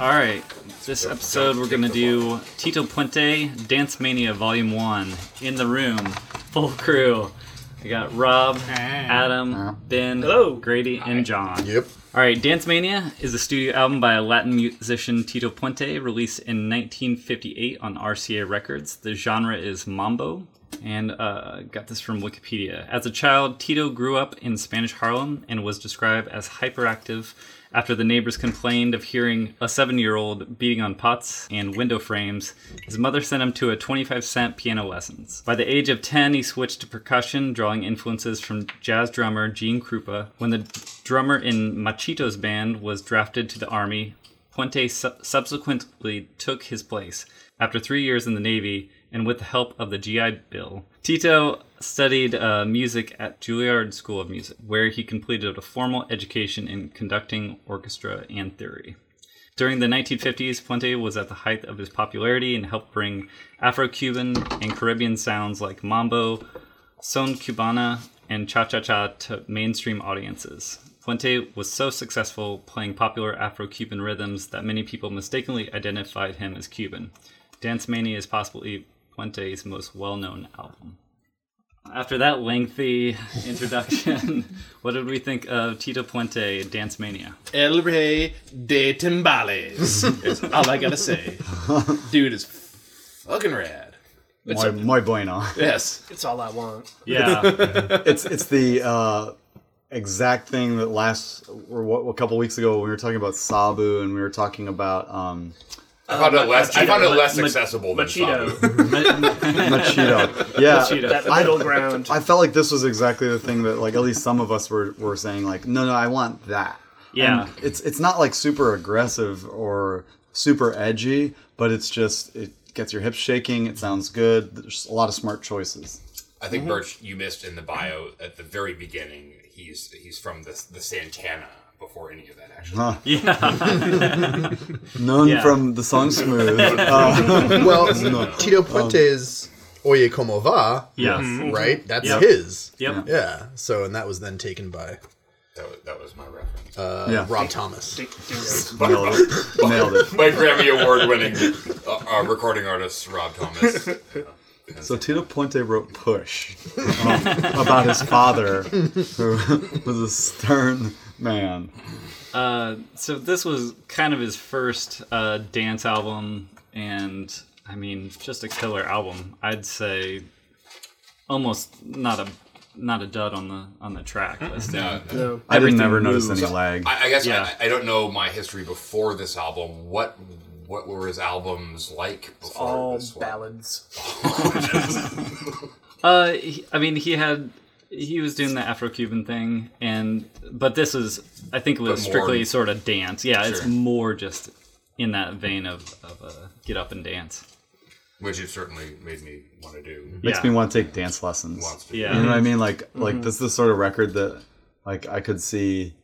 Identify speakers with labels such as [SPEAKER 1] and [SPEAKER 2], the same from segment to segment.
[SPEAKER 1] All right, this episode we're going to do Tito Puente Dance Mania Volume 1 in the room, full crew. We got Rob, Adam, Ben,
[SPEAKER 2] Hello.
[SPEAKER 1] Grady, and John.
[SPEAKER 3] Yep.
[SPEAKER 1] All right, Dance Mania is a studio album by Latin musician Tito Puente, released in 1958 on RCA Records. The genre is mambo, and uh, got this from Wikipedia. As a child, Tito grew up in Spanish Harlem and was described as hyperactive after the neighbors complained of hearing a seven year old beating on pots and window frames, his mother sent him to a 25 cent piano lessons. By the age of 10, he switched to percussion, drawing influences from jazz drummer Gene Krupa. When the drummer in Machito's band was drafted to the army, Puente su- subsequently took his place. After three years in the Navy, and with the help of the GI Bill, Tito studied uh, music at Juilliard School of Music, where he completed a formal education in conducting orchestra and theory. During the 1950s, Puente was at the height of his popularity and helped bring Afro Cuban and Caribbean sounds like mambo, son cubana, and cha cha cha to mainstream audiences. Puente was so successful playing popular Afro Cuban rhythms that many people mistakenly identified him as Cuban. Dance Mania is possibly Puente's most well known album. After that lengthy introduction, what did we think of Tito Puente Dance Mania?
[SPEAKER 2] El Rey de Timbales is all I gotta say. Dude is fucking rad.
[SPEAKER 3] Muy, muy bueno.
[SPEAKER 2] Yes.
[SPEAKER 4] It's all I want.
[SPEAKER 1] Yeah.
[SPEAKER 3] It's it's the uh, exact thing that last or what, a couple weeks ago we were talking about Sabu and we were talking about um,
[SPEAKER 5] I found it less. I found it less
[SPEAKER 1] Ma-
[SPEAKER 5] accessible than Sabu.
[SPEAKER 4] Machito,
[SPEAKER 3] Machito. Yeah,
[SPEAKER 4] that
[SPEAKER 3] I-
[SPEAKER 4] middle ground.
[SPEAKER 3] I felt like this was exactly the thing that like at least some of us were, were saying like no no I want that.
[SPEAKER 1] Yeah.
[SPEAKER 3] And it's it's not like super aggressive or super edgy, but it's just it gets your hips shaking. It sounds good. There's a lot of smart choices.
[SPEAKER 5] I think Birch, you missed in the bio at the very beginning. He's he's from the the Santana before any of that actually.
[SPEAKER 3] Huh.
[SPEAKER 1] yeah.
[SPEAKER 3] Known
[SPEAKER 1] Yeah.
[SPEAKER 3] from the song Smooth. Uh,
[SPEAKER 6] Well, Tito Puente's Oye Como Va,
[SPEAKER 1] Yes.
[SPEAKER 6] right? That's
[SPEAKER 1] Yep.
[SPEAKER 6] his.
[SPEAKER 1] Yep.
[SPEAKER 6] Yeah. So, and that was then taken by
[SPEAKER 5] That was, that was my reference.
[SPEAKER 3] yeah.
[SPEAKER 6] Rob Thomas.
[SPEAKER 3] Nailed it. Nailed it.
[SPEAKER 5] my Grammy award winning uh, uh, recording artist Rob Thomas.
[SPEAKER 3] So Tito Puente wrote Push um, about his father, who was a stern man.
[SPEAKER 1] Uh, so this was kind of his first uh, dance album, and I mean, just a killer album. I'd say almost not a not a dud on the on the track list.
[SPEAKER 5] No, no.
[SPEAKER 4] No.
[SPEAKER 3] I
[SPEAKER 1] Everything
[SPEAKER 3] didn't ever notice
[SPEAKER 1] moves.
[SPEAKER 3] any lag.
[SPEAKER 5] Uh, I, I guess
[SPEAKER 1] Yeah.
[SPEAKER 5] I, I don't know my history before this album. What what were his albums like before
[SPEAKER 4] All
[SPEAKER 5] this one?
[SPEAKER 4] ballads.
[SPEAKER 1] Uh, he- I mean, he had he was doing the Afro-Cuban thing, and but this is I think it was
[SPEAKER 5] more-
[SPEAKER 1] strictly sort of dance. Yeah, it's
[SPEAKER 5] Sure.
[SPEAKER 1] more just in that vein of of uh, get up and dance.
[SPEAKER 5] Which it certainly made me want to do.
[SPEAKER 3] Makes
[SPEAKER 1] yeah.
[SPEAKER 3] me want to take dance lessons.
[SPEAKER 5] Wants to do.
[SPEAKER 1] Yeah.
[SPEAKER 3] You know what I mean? Like,
[SPEAKER 1] Mm-hmm.
[SPEAKER 3] like this is the sort of record that, like, I could see,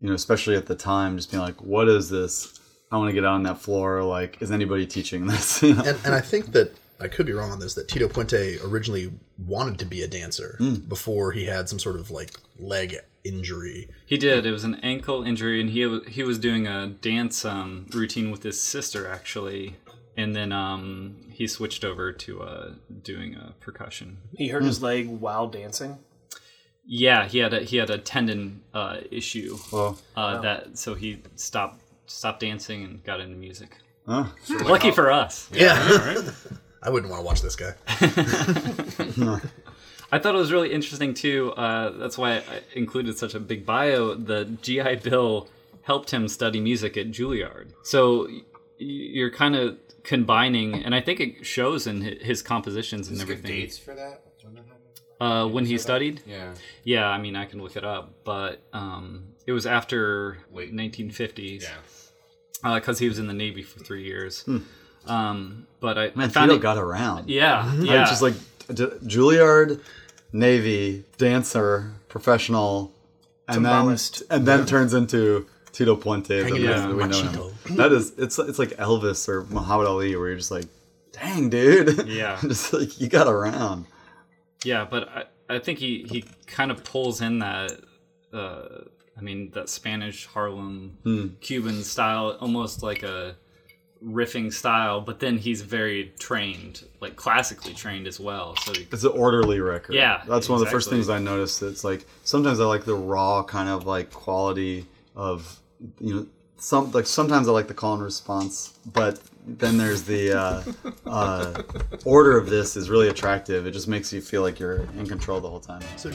[SPEAKER 3] you know, especially at the time, just being like, "What is this? I want to get on that floor. Like, is anybody teaching this?" You know?
[SPEAKER 6] And, and I think that I could be wrong on this that Tito Puente originally wanted to be a dancer
[SPEAKER 3] Hmm.
[SPEAKER 6] before he had some sort of like leg injury.
[SPEAKER 1] He did. It was an ankle injury, and he wa- he was doing a dance um, routine with his sister actually, and then um, he switched over to uh, doing uh, percussion.
[SPEAKER 4] He hurt
[SPEAKER 6] Hmm.
[SPEAKER 4] his leg while dancing.
[SPEAKER 1] Yeah, he had a he had a tendon uh, issue
[SPEAKER 3] well,
[SPEAKER 1] uh, that so he stopped stopped dancing and got into music.
[SPEAKER 3] huh?
[SPEAKER 1] Lucky for us.
[SPEAKER 6] Yeah. I wouldn't want to watch this guy.
[SPEAKER 1] I thought it was really interesting too. Uh, that's why I included such a big bio. The GI Bill helped him study music at Juilliard. So y- you're kind of combining, and I think it shows in hi- his compositions and
[SPEAKER 5] Is there
[SPEAKER 1] everything.
[SPEAKER 5] dates for that? When that happened?
[SPEAKER 1] Uh, when he studied,
[SPEAKER 5] Yeah.
[SPEAKER 1] yeah, I mean I can look it up, but um, it was after
[SPEAKER 5] Wait.
[SPEAKER 1] 1950s
[SPEAKER 5] Yeah.
[SPEAKER 1] because he was in the Navy for three years. Um, but I, I
[SPEAKER 3] Hmm. Man,
[SPEAKER 1] found
[SPEAKER 3] Tito
[SPEAKER 1] it.
[SPEAKER 3] got around.
[SPEAKER 1] yeah,
[SPEAKER 3] I
[SPEAKER 1] yeah.
[SPEAKER 3] was just like D- Juilliard, Navy, dancer, professional, and
[SPEAKER 4] Timbalist.
[SPEAKER 3] then and then turns into Tito Puente. The
[SPEAKER 6] Hanging
[SPEAKER 3] man
[SPEAKER 6] out
[SPEAKER 3] that
[SPEAKER 6] with
[SPEAKER 3] we know
[SPEAKER 6] Machito.
[SPEAKER 3] him. That is, it's it's like Elvis or Muhammad Ali, where you're just like, dang, dude.
[SPEAKER 1] Yeah.
[SPEAKER 3] just like you got around.
[SPEAKER 1] Yeah, but I, I think he, he kind of pulls in that, uh, I mean, that Spanish Harlem Cuban style, almost like a riffing style, but then he's very trained, like classically trained as well. So he,
[SPEAKER 3] It's an orderly record.
[SPEAKER 1] Yeah,
[SPEAKER 3] that's one of the first
[SPEAKER 1] exactly.
[SPEAKER 3] things I noticed. It's like sometimes I like the raw kind of like quality of you know some like sometimes I like the call and response, but then there's the uh, uh, order of this is really attractive. It just makes you feel like you're in control the whole time.
[SPEAKER 6] So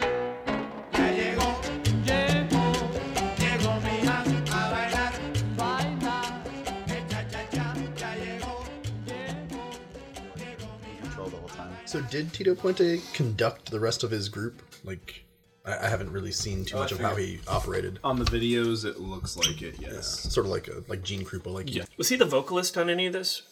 [SPEAKER 7] Ya llegó, llegó, llegó mi a bailar, bailar, cha cha cha, ya llegó, llegó, llegó mi
[SPEAKER 3] Control the whole time.
[SPEAKER 6] So did Tito Puente conduct the rest of his group? Like, I, I haven't really seen
[SPEAKER 3] Oh,
[SPEAKER 6] too much of how he operated.
[SPEAKER 2] On the videos, it looks like it. Yes.
[SPEAKER 6] Sort of like a like Gene Krupa, like yeah.
[SPEAKER 4] Was he the vocalist on any of this?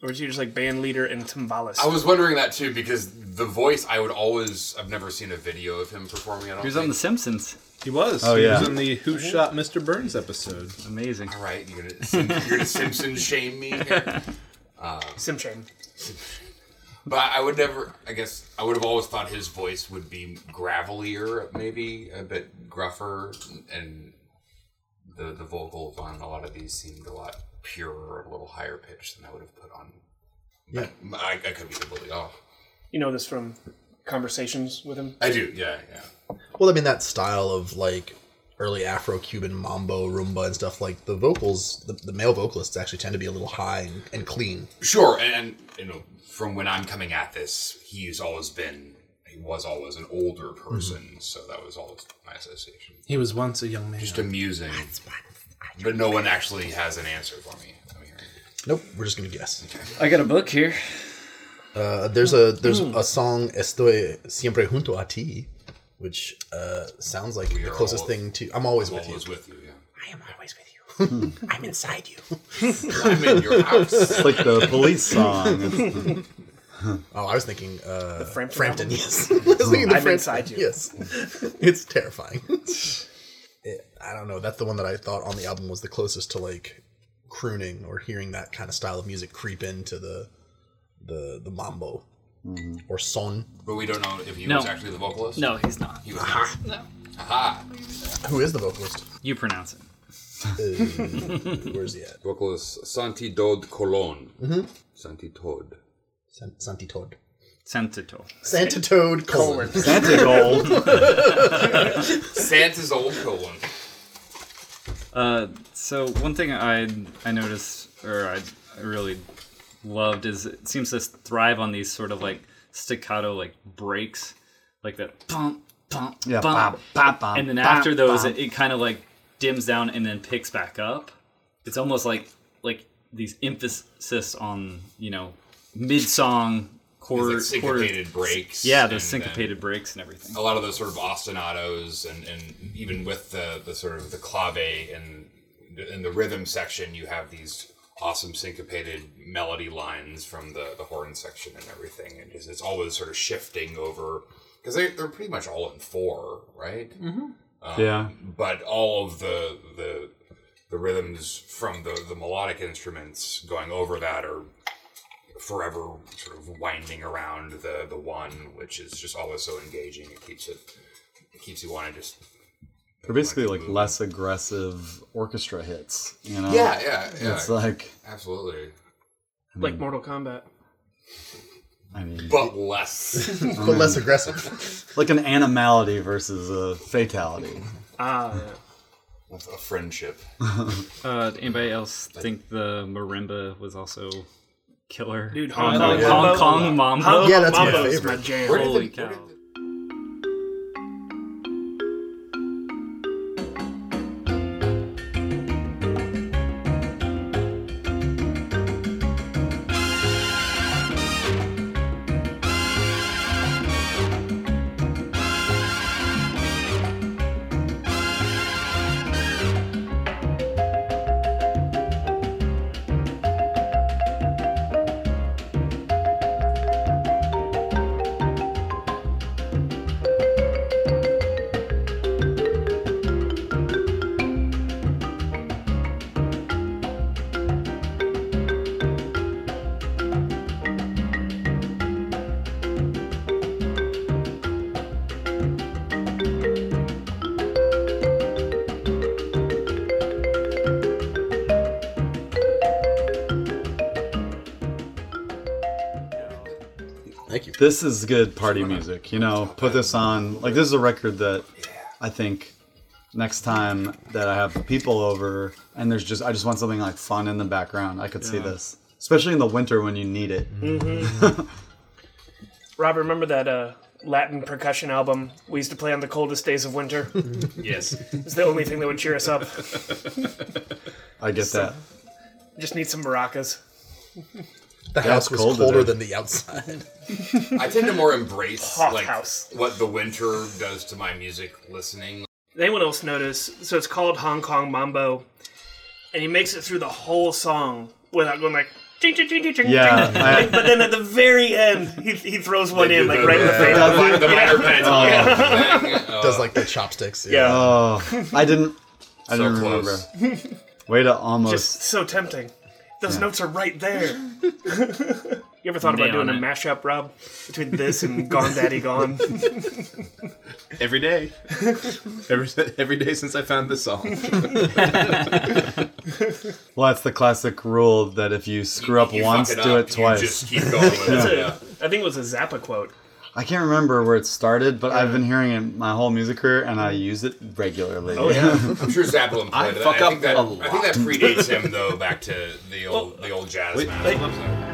[SPEAKER 4] Or was he just like band leader and timbalist?
[SPEAKER 5] I was wondering that too because the voice I would always I've never seen a video of him performing. I don't.
[SPEAKER 1] he was
[SPEAKER 5] think.
[SPEAKER 1] on The Simpsons.
[SPEAKER 2] He was.
[SPEAKER 3] Oh,
[SPEAKER 2] he
[SPEAKER 3] yeah.
[SPEAKER 2] was in the Who Shot Mr. Burns episode.
[SPEAKER 1] Amazing.
[SPEAKER 5] All right, you're gonna, Sim- you're gonna Simpson shame me here.
[SPEAKER 4] Sim Shane.
[SPEAKER 5] But I would never. I guess I would have always thought his voice would be gravelier, maybe a bit gruffer, and the the vocals on a lot of these seemed a lot purer, a little higher pitched than I would have put on.
[SPEAKER 6] Yeah.
[SPEAKER 5] But I, I could be completely off.
[SPEAKER 4] You know this from conversations with him.
[SPEAKER 5] I do. Yeah, yeah.
[SPEAKER 6] Well, I mean that style of like early Afro-Cuban mambo, rumba, and stuff. Like the vocals, the, the male vocalists actually tend to be a little high and, and clean.
[SPEAKER 5] Sure, and, and you know, from when I'm coming at this, he's always been. He was always an older person, so that was always my association.
[SPEAKER 2] He was once a young man.
[SPEAKER 5] Just amusing, but no one actually has an answer for me. I'm hearing.
[SPEAKER 6] Nope, we're just gonna guess.
[SPEAKER 1] I got a book here.
[SPEAKER 6] Uh, there's a there's a song "Estoy siempre junto a ti," which uh, sounds like the
[SPEAKER 5] are
[SPEAKER 6] closest
[SPEAKER 5] all-
[SPEAKER 6] thing to "I'm always with you."
[SPEAKER 5] Always
[SPEAKER 6] Hmm.
[SPEAKER 5] with you. Yeah.
[SPEAKER 6] I am always with you. I'm inside you.
[SPEAKER 5] I'm in your house.
[SPEAKER 3] It's like the police song. It's-
[SPEAKER 6] Oh, I was thinking uh,
[SPEAKER 4] Frampton
[SPEAKER 6] Frampton.
[SPEAKER 4] album?
[SPEAKER 6] Yes, I was thinking the
[SPEAKER 4] I'm
[SPEAKER 6] Frampton-
[SPEAKER 4] inside you.
[SPEAKER 6] Yes, it's terrifying. It- I don't know. That's the one that I thought on the album was the closest to like crooning or hearing that kind of style of music creep into the the the mambo or son.
[SPEAKER 5] but we don't know if he
[SPEAKER 1] No.
[SPEAKER 5] was actually the vocalist.
[SPEAKER 1] No, Uh-huh. he's not.
[SPEAKER 5] He was not. No. Aha.
[SPEAKER 6] Who is the vocalist?
[SPEAKER 1] You pronounce it.
[SPEAKER 6] Uh, where's he at?
[SPEAKER 5] Vocalist Santi Dod Colon. Mm-hmm. Santi Todd.
[SPEAKER 6] San- Santi Toad.
[SPEAKER 1] Sentito.
[SPEAKER 6] Santa Toad colon.
[SPEAKER 3] Santa Gold.
[SPEAKER 5] Santa's old colon.
[SPEAKER 1] Uh, so one thing I I noticed, or I, I really loved, is it seems to thrive on these sort of like staccato like breaks, like that bump bump
[SPEAKER 3] Yeah,
[SPEAKER 1] bump,
[SPEAKER 3] bop, bop, bop,
[SPEAKER 1] and then
[SPEAKER 3] bop,
[SPEAKER 1] after those,
[SPEAKER 3] bop.
[SPEAKER 1] it, it kind of like dims down and then picks back up. It's almost like like these emphasis on you know mid song quarter
[SPEAKER 5] Like syncopated breaks.
[SPEAKER 1] yeah,
[SPEAKER 5] and
[SPEAKER 1] those
[SPEAKER 5] then-
[SPEAKER 1] syncopated breaks and everything.
[SPEAKER 5] a lot of those sort of ostinatos and, and even with the, the sort of the clave and in the rhythm section you have these awesome syncopated melody lines from the, the horn section and everything and just, it's always sort of shifting over because they, they're pretty much all in four right Um,
[SPEAKER 3] yeah.
[SPEAKER 5] but all of the the the rhythms from the, the melodic instruments going over that are forever sort of winding around the the one, which is just always so engaging. It keeps it, it keeps you want to just
[SPEAKER 3] They're basically like less aggressive orchestra hits, you know?
[SPEAKER 5] yeah yeah yeah
[SPEAKER 3] It's like,
[SPEAKER 5] absolutely,
[SPEAKER 4] Like Mortal Kombat.
[SPEAKER 3] I mean,
[SPEAKER 5] but less.
[SPEAKER 6] but less aggressive.
[SPEAKER 3] like an animality versus a fatality.
[SPEAKER 4] Ah, yeah.
[SPEAKER 5] That's a friendship.
[SPEAKER 1] Uh, did anybody else think the marimba was also killer?
[SPEAKER 4] Dude,
[SPEAKER 1] Hong
[SPEAKER 4] Hong
[SPEAKER 1] Kong,
[SPEAKER 4] Kong
[SPEAKER 1] Hong
[SPEAKER 4] Mambo.
[SPEAKER 1] Kong Mambo.
[SPEAKER 6] Yeah, that's my
[SPEAKER 4] Mambo's
[SPEAKER 6] favorite.
[SPEAKER 4] my jam.
[SPEAKER 5] Where did
[SPEAKER 1] Holy
[SPEAKER 5] the- where did
[SPEAKER 1] cow.
[SPEAKER 5] the-
[SPEAKER 6] Thank you.
[SPEAKER 3] This is good party music, you know? Put this on. Like, this is a record that I think next time that I have people over and there's just, I just want something like fun in the background, I could see this. Especially in the winter when you need it.
[SPEAKER 5] Mm-hmm.
[SPEAKER 4] Rob, remember that uh, Latin percussion album we used to play on the coldest days of winter?
[SPEAKER 2] Yes.
[SPEAKER 4] It's the only thing that would cheer us up.
[SPEAKER 3] I get that.
[SPEAKER 4] Just need some maracas.
[SPEAKER 6] The house
[SPEAKER 3] it's
[SPEAKER 6] was
[SPEAKER 3] cold
[SPEAKER 6] colder
[SPEAKER 3] today.
[SPEAKER 6] than the outside.
[SPEAKER 5] I tend to more embrace
[SPEAKER 4] Hot
[SPEAKER 5] like
[SPEAKER 4] house.
[SPEAKER 5] what the winter does to my music listening.
[SPEAKER 4] Did anyone else notice? So it's called Hong Kong Mambo, and he makes it through the whole song without going like. Ching, ching, ching, ching, ching,
[SPEAKER 3] Yeah,
[SPEAKER 4] ching.
[SPEAKER 3] I-
[SPEAKER 4] but then at the very end, he, he throws one in like right in the
[SPEAKER 5] Yeah.
[SPEAKER 4] face. Oh.
[SPEAKER 5] The mi- the minor pentatonic thing. Uh,
[SPEAKER 6] Does like the chopsticks.
[SPEAKER 4] Yeah.
[SPEAKER 3] Oh, I didn't, I
[SPEAKER 5] So
[SPEAKER 3] didn't remember.
[SPEAKER 5] close.
[SPEAKER 3] Way to almost.
[SPEAKER 4] Just so tempting. Those notes are right there. you ever thought about
[SPEAKER 1] Nailing
[SPEAKER 4] doing a
[SPEAKER 1] it.
[SPEAKER 4] mashup, Rob, between this and Gone Daddy Gone?
[SPEAKER 2] Every day. every, every day since I found this song.
[SPEAKER 3] Well, that's the classic rule that if you screw up
[SPEAKER 5] you fuck
[SPEAKER 3] once, do
[SPEAKER 5] up,
[SPEAKER 3] it
[SPEAKER 5] you
[SPEAKER 3] twice.
[SPEAKER 5] just keep going with it, yeah.
[SPEAKER 4] I think it was a Zappa quote.
[SPEAKER 3] I can't remember where it started, but I've been hearing it my whole music career, and I use it regularly. Oh
[SPEAKER 4] yeah.
[SPEAKER 5] I'm sure Zappa employed
[SPEAKER 2] I
[SPEAKER 5] that.
[SPEAKER 2] fuck
[SPEAKER 5] I think
[SPEAKER 2] up
[SPEAKER 5] that,
[SPEAKER 2] a
[SPEAKER 5] I think that predates him though, back to the old the old jazz
[SPEAKER 2] wait,
[SPEAKER 5] man.
[SPEAKER 2] wait.
[SPEAKER 5] So-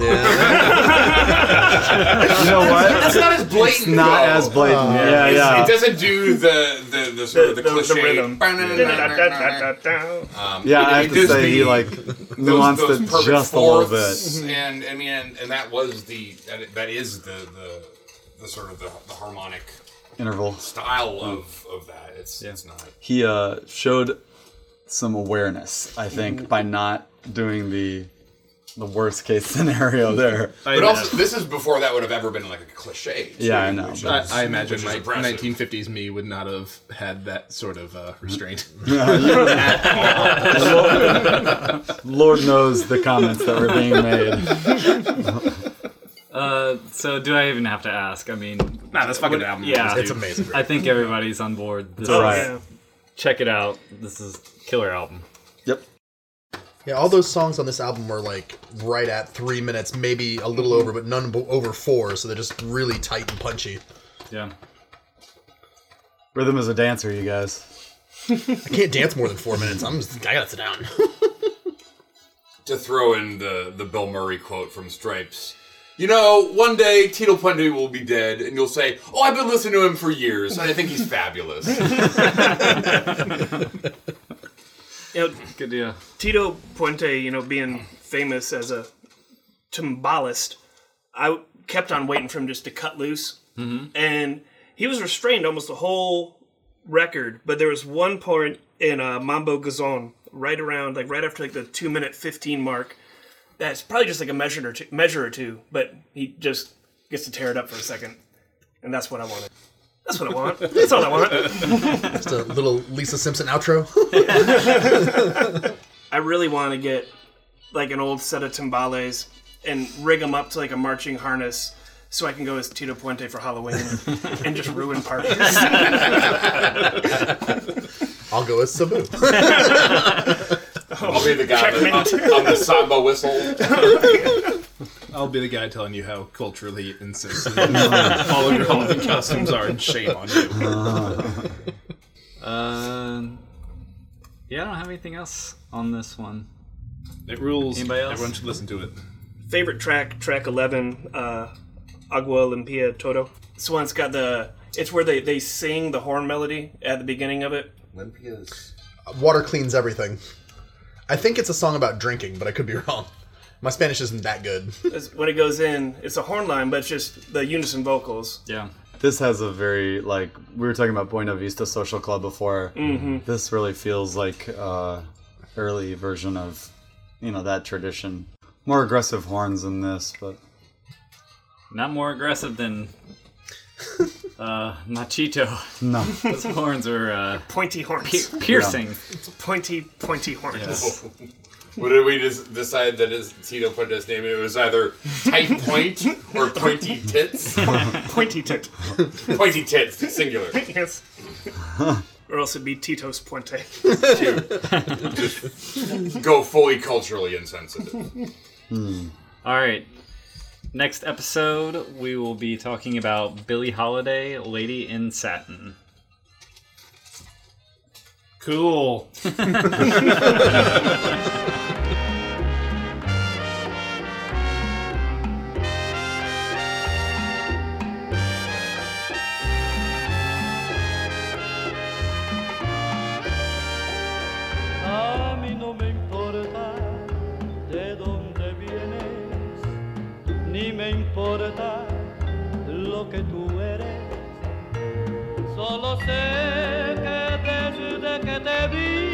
[SPEAKER 6] Yeah.
[SPEAKER 3] you know
[SPEAKER 5] That's
[SPEAKER 3] what?
[SPEAKER 5] not as blatant.
[SPEAKER 3] It's not as blatant. yeah,
[SPEAKER 5] It's-
[SPEAKER 3] yeah,
[SPEAKER 5] It doesn't do the the, the sort of the,
[SPEAKER 4] The- the
[SPEAKER 5] cliche
[SPEAKER 4] rhythm.
[SPEAKER 5] Um,
[SPEAKER 3] yeah.
[SPEAKER 5] it- it
[SPEAKER 3] I have to
[SPEAKER 5] does
[SPEAKER 3] say he
[SPEAKER 5] the-
[SPEAKER 3] like
[SPEAKER 5] those,
[SPEAKER 3] nuanced
[SPEAKER 5] those
[SPEAKER 3] it
[SPEAKER 5] perfect
[SPEAKER 3] just a little bit.
[SPEAKER 5] fourths,
[SPEAKER 2] Mm-hmm.
[SPEAKER 5] And I mean, and, and that was the that, that is the the the sort of the, the harmonic
[SPEAKER 3] Interval.
[SPEAKER 5] style
[SPEAKER 3] Mm.
[SPEAKER 5] of of that. It's it's not.
[SPEAKER 3] He uh, showed some awareness, I think, by not doing the the worst case scenario there.
[SPEAKER 2] I,
[SPEAKER 5] But
[SPEAKER 2] ima-
[SPEAKER 5] also, this is before that would have ever been like a cliche. too,
[SPEAKER 3] Yeah, I know,
[SPEAKER 5] which
[SPEAKER 3] but-
[SPEAKER 5] is-
[SPEAKER 2] I, I
[SPEAKER 5] which
[SPEAKER 2] imagine
[SPEAKER 5] is
[SPEAKER 2] my
[SPEAKER 5] impressive.
[SPEAKER 2] 1950s me would not have had that sort of uh, restraint.
[SPEAKER 3] Lord knows the comments that were being made.
[SPEAKER 1] Uh, so do I even have to ask? I mean,
[SPEAKER 2] nah, that's fucking album.
[SPEAKER 1] yeah,
[SPEAKER 6] It's amazing.
[SPEAKER 1] I think everybody's on board. This
[SPEAKER 4] Oh,
[SPEAKER 1] is-
[SPEAKER 3] Right.
[SPEAKER 4] yeah.
[SPEAKER 1] Check it out. This is killer album.
[SPEAKER 3] Yep.
[SPEAKER 6] Yeah, all those songs on this album were like right at three minutes, maybe a little over, but none bo- over four. So they're just really tight and punchy.
[SPEAKER 1] Yeah.
[SPEAKER 3] Rhythm is a dancer, you guys.
[SPEAKER 6] I can't dance more than four minutes. I'm just, I gotta sit down.
[SPEAKER 5] to throw in the, the Bill Murray quote from Stripes. You know, one day Tito Puente will be dead, and you'll say, "Oh, I've been listening to him for years, and I think he's fabulous."
[SPEAKER 4] You know,
[SPEAKER 1] Good deal.
[SPEAKER 4] Tito Puente, you know, being famous as a timbalist, I kept on waiting for him just to cut loose, and he was restrained almost the whole record. But there was one point in uh, Mambo Gazon, right around, like right after like the two minute fifteen mark, that's probably just like a measure or two, measure or two, but he just gets to tear it up for a second, and that's what I wanted. That's what I want. That's all I want.
[SPEAKER 6] Just a little Lisa Simpson outro.
[SPEAKER 4] I really want to get like an old set of timbales and rig them up to like a marching harness so I can go as Tito Puente for Halloween and just ruin parties.
[SPEAKER 6] I'll go with Sabu.
[SPEAKER 5] I'll be the guy on the, on, on the samba whistle.
[SPEAKER 2] I'll be the guy telling you how culturally insensitive all of your Halloween costumes are, and shame on you.
[SPEAKER 1] Um, yeah, I don't have anything else on this one.
[SPEAKER 2] It rules.
[SPEAKER 1] Anybody else?
[SPEAKER 2] Everyone should listen to it.
[SPEAKER 4] favorite track, track 11, uh, Agua Limpia Todo. This one's got the. It's where they, they sing the horn melody at the beginning of it.
[SPEAKER 5] Olympia's.
[SPEAKER 6] Water cleans everything. I think it's a song about drinking, but I could be wrong. My Spanish isn't that good.
[SPEAKER 4] It's- when it goes in, it's a horn line, but it's just the unison vocals.
[SPEAKER 1] Yeah.
[SPEAKER 3] This has a very like we were talking about Buena Vista Social Club before. This really feels like uh, early version of you know that tradition. More aggressive horns in this, but
[SPEAKER 1] Not more aggressive than uh, Machito.
[SPEAKER 3] no.
[SPEAKER 1] Those horns are uh,
[SPEAKER 4] Pointy horns.
[SPEAKER 1] pi- piercing.
[SPEAKER 4] Pointy, pointy horns.
[SPEAKER 5] What did we just decide that is Tito put his name? in? It was either tight point or pointy tits.
[SPEAKER 4] Pointy tit.
[SPEAKER 5] Pointy tits, singular.
[SPEAKER 4] yes. or else it'd be Tito's Puente.
[SPEAKER 5] Go fully culturally insensitive.
[SPEAKER 1] All right. Next episode, we will be talking about Billie Holiday, Lady in Satin.
[SPEAKER 2] Cool.
[SPEAKER 7] A mí no me importa de dónde vienes, ni me importa lo que tú eres. Solo sé que desde que te vi,